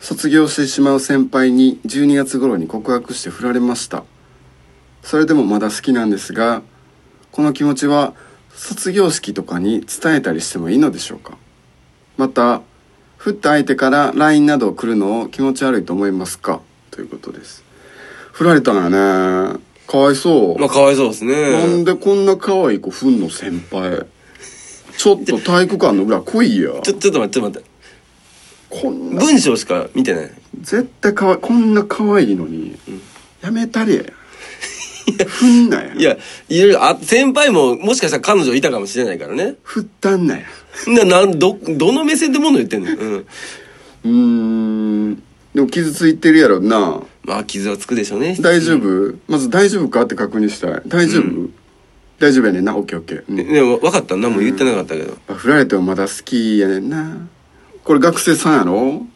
卒業してしまう先輩に12月頃に告白して振られましたそれでもまだ好きなんですがこの気持ちは卒業式とかに伝えたりしてもいいのでしょうかまた振った相手から LINE など来るのを気持ち悪いと思いますかということです振られたんやねかわいそうまあ、かわいそうですね。なんでこんな可愛い子ふんの先輩ちょっと体育館の裏来いやちょ、ちょっと待って、ちょっと待って。こんな文章しか見てない。絶対かわいこんな可愛いのに、やめたりやふんなやいや、いろいろ、あ、先輩も、もしかしたら彼女いたかもしれないからね。振ったんなやな、なん、ど、どの目線で物言ってんのうん。うーんでも傷ついてるやろなまあ、傷はつくでしょうね。大丈夫、まず大丈夫かって確認したい大丈夫、大丈夫やねんなオッケーオッケー、うんねでも、分かった。何も言ってなかったけど。あ振られてもまだ好きやねんなこれ学生さんやろ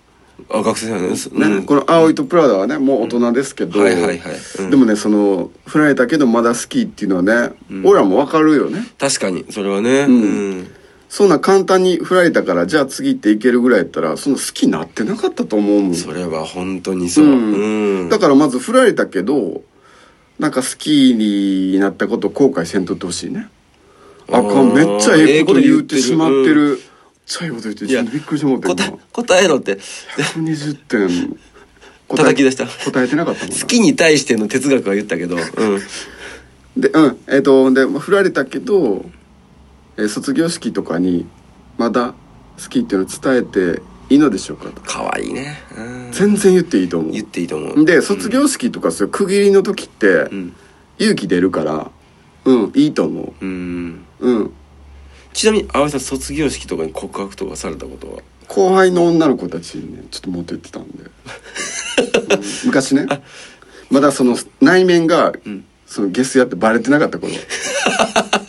あ、学生さんです。ねうん。この葵とプラダはねもう大人ですけど、うんはいはいはいうんでもねその振られたけどまだ好きっていうのはね、俺らもわかるよね確かに、それはね。んうん。そんな簡単に振られたからじゃあ次っていけるぐらいやったらその好きになってなかったと思うもんそれは本当にそう。うんうんだからまず振られたけどなんか好きになったことを後悔せんとってほしいねああーかんめっちゃええこと言ってしまってうるめっちゃええこと言ってちょっとびっくりしてもうて答え今、答えろって。 120点答え 叩き出した答えてなかったもんな好きに対しての哲学は言ったけど、うん。でうんえっ、とでまあ振られたけど、えー卒業式とかにまだ好きっていうのを伝えていいのでしょうかと可愛いね。うん。全然言っていいと思言っていいと思うう。で卒業式とかそういう区切りの時って、うん。勇気出るからうんいいと思うん。ううんちなみに、葵さん卒業式とかに告白とかされたことは後輩の女の子たちにねちょっとモテてたん で、うん昔ねまだその内面が、そのゲスやってバレてなかった頃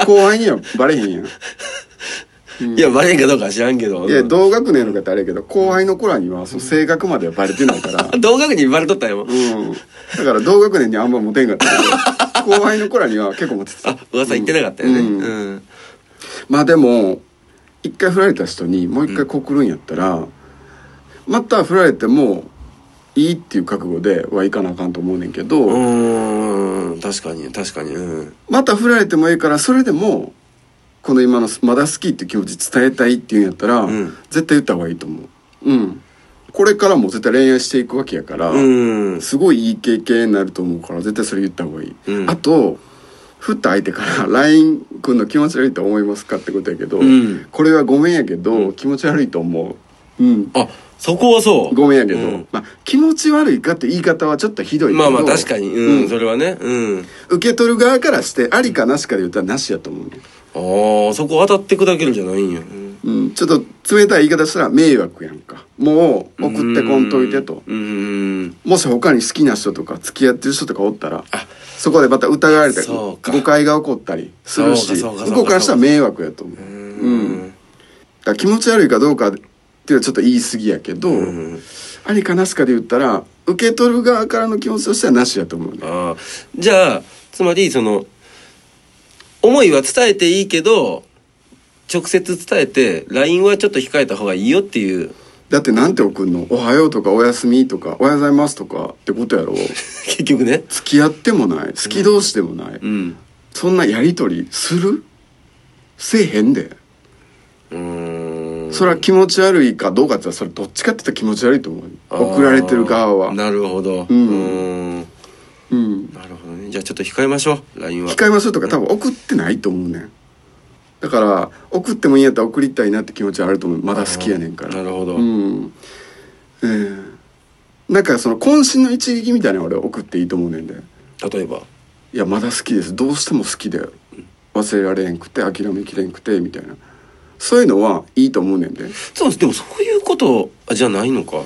後輩にはバレへんやんいや、バレんかどうかは知らんけど。いや同学年の方あれやけど後輩の子らにはその性格まではバレてないから、あ同学年にバレとったよ。うん、だから同学年にはあんまモテんかったけど後輩の子らには結構モテてたあ、噂言ってなかったよね。うんうん。まあでも一回振られた人にもう一回告るんやったら、また振られてもいいっていう覚悟ではいかなあかんと思うねんけど、うん。確かに、確かに。うん。また振られてもいいからそれでもこの今のまだ好きっていう気持ち伝えたいっていうんやったら、うん絶対言った方がいいと思ううんこれからも絶対恋愛していくわけやから、うん。すごいいい経験になると思うから絶対それ言った方がいい、うんあと振った相手から LINE くんの気持ち悪いと思いますかってことやけど、うんこれはごめんやけど、気持ち悪いと思ううんあ、そこはそう。ごめんやけど、うんまあ、気持ち悪いかって言い方はちょっとひどいけどまあまあ、確かに。うん。うんそれはね。うん。受け取る側からしてありかなしかで言ったらなしやと思うね、ああ、そこ当たって砕けるじゃないんや。うんうん、ちょっと冷たい言い方したら迷惑やんかもう送ってこんといてとうん。もし他に好きな人とか付き合ってる人とかおったらそこでまた疑われたりそう誤か解が起こったりするしそうかそうかそう向かこうからしたら迷惑やと思ううだかん。ら気持ち悪いかどうかっていうのはちょっと言い過ぎやけど、うん。ありかなしかで言ったら受け取る側からの気持ちとしてはなしやと思うねああじゃあつまりその思いは伝えていいけど直接伝えて LINE はちょっと控えた方がいいよっていう だってなんて送るの「おはよう」とか「おやすみ」とか「おはようございます」とかってことやろ結局ね付き合ってもない好き同士でもない、うんそんなやり取りするせえへんでうーんそれは気持ち悪いかどうかって言ったらそれどっちかって言ったら気持ち悪いと思うあー送られてる側はなるほどうんうーんうんなるほどねじゃあちょっと控えましょう LINE は控えましょうとか多分送ってないと思うねんだから送ってもいいんやったら送りたいなって気持ちはあると思うまだ好きやねんからあーなるほどうんええなんかその渾身の一撃みたいなの俺送っていいと思うねんで例えばいやまだ好きですどうしても好きで忘れられへんくて諦めきれんくてみたいなそういうのはいいと思うねんでそうですでもそういうことあじゃないのか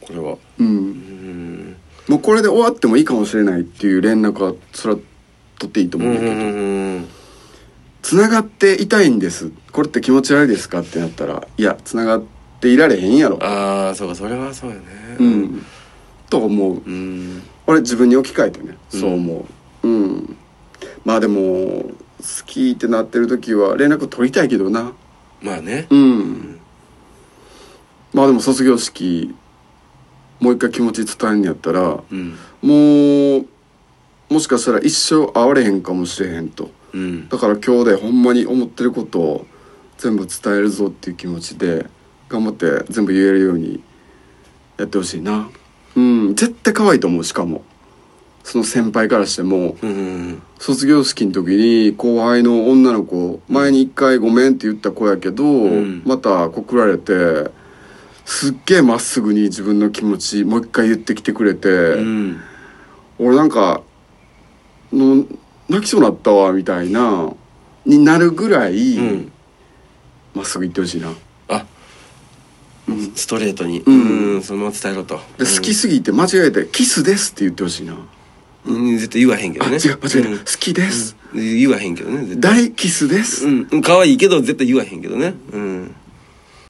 これはうんうーんもうこれで終わってもいいかもしれないっていう連絡はそれは取っていいとう思うんだけどんつながっていたいんですこれって気持ち悪いですかってなったらいやつながっていられへんやろああそうかそれはそうよねうんと思ううん俺自分に置き換えてねそう思ううん、まあでも好きってなってる時は連絡取りたいけどなまあねうんまあでも卒業式もう一回気持ち伝えんやったらうんもうもしかしたら一生会われへんかもしれへんとうんだから今日でほんまに思ってることを全部伝えるぞっていう気持ちで頑張って全部言えるようにやってほしいなうん絶対可愛いと思うしかもその先輩からしてもうんうん卒業式の時に後輩の女の子前に一回「ごめん」って言った子やけど、んまた告られてすっげえまっすぐに自分の気持ちもう一回言ってきてくれて、うん俺なんかの泣きそうになったわみたいなになるぐらいうんまっすぐ言ってほしいな。あストレートにんうんそのまま伝えろとで好きすぎて間違えて「キスです」って言ってほしいな。うん絶対言わへんけどあね違う間違えた、うん好きです、言わへんけどね絶対大キスです、うん可愛いけど絶対言わへんけどねうん